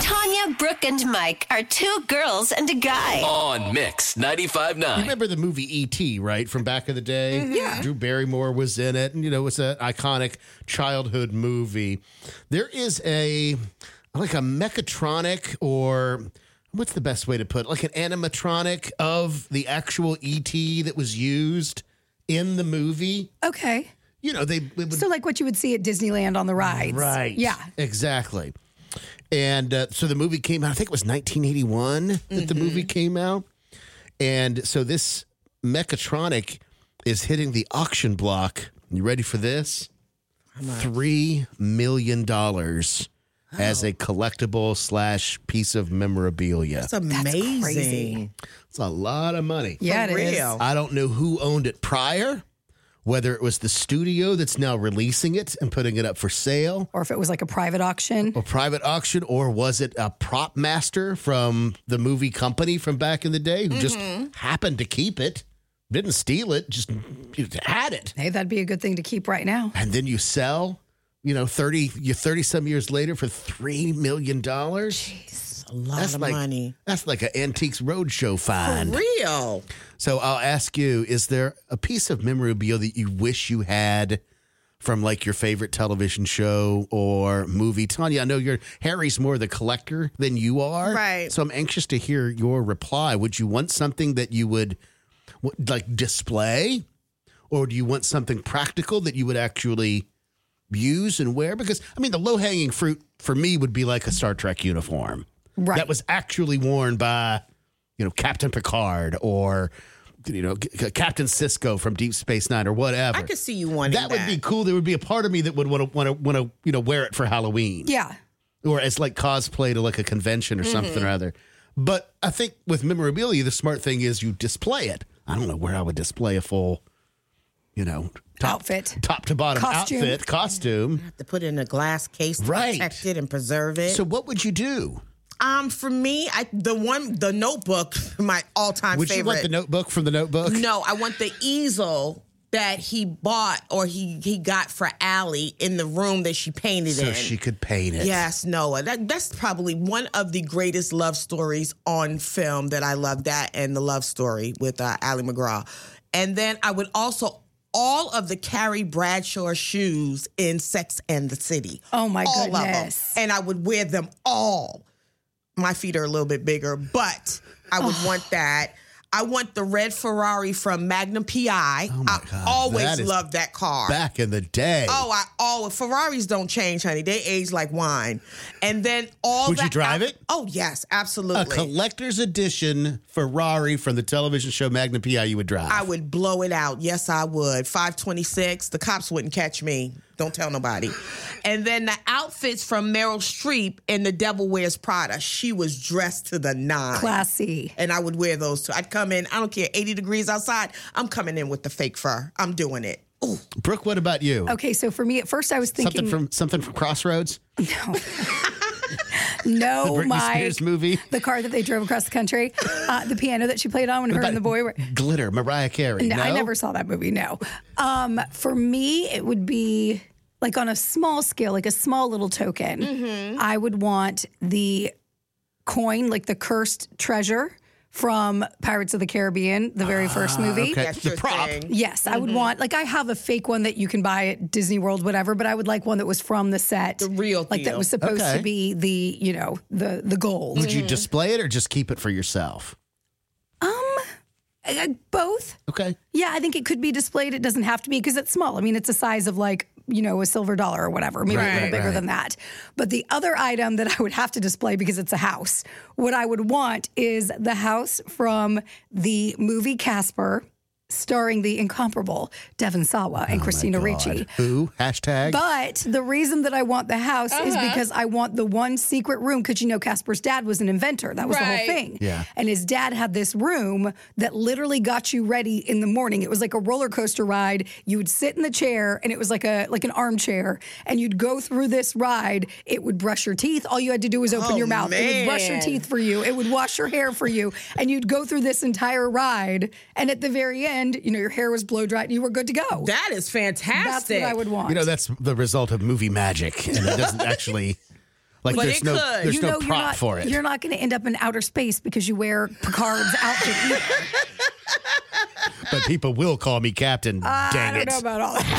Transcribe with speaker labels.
Speaker 1: Tanya, Brooke, and Mike are two girls and a guy.
Speaker 2: On Mix 95.9.
Speaker 3: Remember the movie E.T., right? From back in the day? Yeah. Drew Barrymore was in it. And, you know, it's an iconic childhood movie. There is a, like a mechatronic or. What's the best way to put it? Like an animatronic of the actual E.T. that was used in the movie.
Speaker 4: Okay.
Speaker 3: You know, they, they would
Speaker 4: So, like what you would see at Disneyland on the rides.
Speaker 3: Right.
Speaker 4: Yeah.
Speaker 3: Exactly. And uh, so the movie came out, I think it was 1981 that
Speaker 4: Mm-hmm.
Speaker 3: the movie came out. And so this Mechatronic is hitting the auction block. You ready for this? $3 million
Speaker 4: Oh.
Speaker 3: as a collectible slash piece of memorabilia.
Speaker 5: That's amazing.
Speaker 3: It's a lot of money.
Speaker 4: Yeah, it
Speaker 5: For
Speaker 4: is.
Speaker 5: real.
Speaker 3: I don't know who owned it prior, whether it was the studio that's now releasing it and putting it up for sale.
Speaker 4: Or if it was like a private auction.
Speaker 3: a private auction or was it a prop master from the movie company from back in the day who just
Speaker 5: Mm-hmm.
Speaker 3: happened to keep it didn't steal it just just had it
Speaker 4: Hey, that'd be a good thing to keep right now.
Speaker 3: and then you sell you know 30 you 30 some years later for 3 million dollars
Speaker 5: It's a lot
Speaker 3: that's
Speaker 5: of
Speaker 3: like
Speaker 5: money.
Speaker 3: that's like an antiques roadshow
Speaker 5: For
Speaker 3: find
Speaker 5: real.
Speaker 3: so i'll ask you is there a piece of memorabilia that you wish you had from like your favorite television show or movie. Tanya, I know you're Harry's more the collector than you are.
Speaker 5: Right.
Speaker 3: So I'm anxious to hear your reply. Would you want something that you would w- like display or do you want something practical that you would actually use and wear because I mean the low-hanging fruit for me would be like a Star Trek uniform.
Speaker 4: Right.
Speaker 3: That was actually worn by you know Captain Picard or you know C- C- Captain Cisco from Deep Space 9 or whatever
Speaker 5: I could see you wanting
Speaker 3: that
Speaker 5: that.
Speaker 3: would be cool. There would be a part of me that would want to want to want to you know wear it for Halloween
Speaker 4: Yeah.
Speaker 3: or as like cosplay to like a convention
Speaker 5: Mm-hmm.
Speaker 3: or something or other. But I think with memorabilia, the smart thing is you display it. I don't know where I would display a full, you know, top,
Speaker 4: Outfit.
Speaker 3: top to bottom
Speaker 4: Costume.
Speaker 3: outfit costume.
Speaker 5: to put it in a glass case to
Speaker 3: Right.
Speaker 5: protect it and preserve it.
Speaker 3: So what would you do?
Speaker 5: um, for me, I the one the notebook, my all time
Speaker 3: Would you
Speaker 5: favorite.
Speaker 3: want the notebook from the notebook?
Speaker 5: No, I want the easel that he bought or he he got for Allie in the room that she painted
Speaker 3: so
Speaker 5: in.
Speaker 3: she could paint it.
Speaker 5: Yes, Noah. That that's probably one of the greatest love stories on film that I love. That and the love story with uh, Ally McGraw, and then I would also all of the Carrie Bradshaw shoes in Sex and the City.
Speaker 4: Oh, my
Speaker 5: all
Speaker 4: goodness.
Speaker 5: Of them. And I would wear them all. My feet are a little bit bigger, but I would want that. I want the red Ferrari from Magnum PI. I
Speaker 3: Oh God, that
Speaker 5: always
Speaker 3: is
Speaker 5: loved that car.
Speaker 3: Back in the day.
Speaker 5: Oh, I always Ferraris don't change, honey. They age like wine. And then all
Speaker 3: Would you
Speaker 5: that-
Speaker 3: drive it?
Speaker 5: Oh yes,
Speaker 3: a
Speaker 5: absolutely.
Speaker 3: collector's edition Ferrari from the television show Magnum PI you would drive.
Speaker 5: I would blow it out. Yes, I would. 526. The cops wouldn't catch me. Don't tell nobody. And then the outfits from Meryl Streep in The Devil Wears Prada. She was dressed to the nine.
Speaker 4: Classy.
Speaker 5: And I would wear those too. I'd come in, I don't care, 80 degrees outside. I'm coming in with the fake fur. I'm doing it. Ooh.
Speaker 3: Brooke, what about you?
Speaker 4: Okay, so for me, at first I was
Speaker 3: Something
Speaker 4: thinking,
Speaker 3: from something from Crossroads,
Speaker 4: no,
Speaker 3: Britney
Speaker 4: Oh my
Speaker 3: Spears movie.
Speaker 4: the car that they drove across the country, uh, the piano that she played on when her and the boy were.
Speaker 3: Glitter, Mariah Carey.
Speaker 4: No,
Speaker 3: No,
Speaker 4: I never saw that movie. No. Um, for me, it would be like on a small scale, like a small little token. I would want the coin, like the cursed treasure from Pirates of the Caribbean, the very first movie.
Speaker 3: Okay,
Speaker 5: That's
Speaker 3: the
Speaker 5: your
Speaker 3: prop.
Speaker 5: thing.
Speaker 4: Yes, I would want like I have a fake one that you can buy at Disney World, whatever. But I would like one that was from the set, the
Speaker 5: real
Speaker 4: like that
Speaker 5: deal.
Speaker 4: was supposed
Speaker 3: Okay. Mm.
Speaker 4: to be the you know the the gold.
Speaker 3: Would you display it or just keep it for yourself?
Speaker 4: Uh, both.
Speaker 3: Okay.
Speaker 4: Yeah, I think it could be displayed. It doesn't have to be because it's small. I mean, it's a size of like, you know, a silver dollar or whatever, maybe a little
Speaker 3: Right,
Speaker 4: bigger
Speaker 3: right.
Speaker 4: than that. But the other item that I would have to display because it's a house, what I would want is the house from the movie Casper, starring the incomparable Devon Sawa
Speaker 3: Oh
Speaker 4: and Christina Ricci.
Speaker 3: Who? Hashtag.
Speaker 4: But the reason that I want the house is because I want the one secret room because you know Casper's dad was an inventor. That was the whole
Speaker 6: Right.
Speaker 4: thing.
Speaker 3: Yeah.
Speaker 4: And his dad had this room that literally got you ready in the morning. It was like a roller coaster ride. You would sit in the chair and it was like a like an armchair and you'd go through this ride. It would brush your teeth. All you had to do was open
Speaker 5: Oh,
Speaker 4: your mouth. It would brush your
Speaker 5: man.
Speaker 4: teeth for you. It would wash your hair for you. And you'd go through this entire ride and at the very end, you know, your hair was blow dried and you were good to go.
Speaker 5: That is
Speaker 4: That's
Speaker 5: fantastic.
Speaker 4: what I would want.
Speaker 3: you know, that's the result of movie magic, and it doesn't actually Like
Speaker 5: But
Speaker 3: there's
Speaker 5: it
Speaker 3: no
Speaker 5: could.
Speaker 3: there's
Speaker 4: you
Speaker 3: no
Speaker 4: know
Speaker 3: prop
Speaker 4: you're not
Speaker 3: for it.
Speaker 4: you're not going to end up in outer space because you wear Picard's outfit. either.
Speaker 3: but people will call me captain.
Speaker 4: I
Speaker 3: dang
Speaker 4: don't
Speaker 3: it.
Speaker 4: know about all that.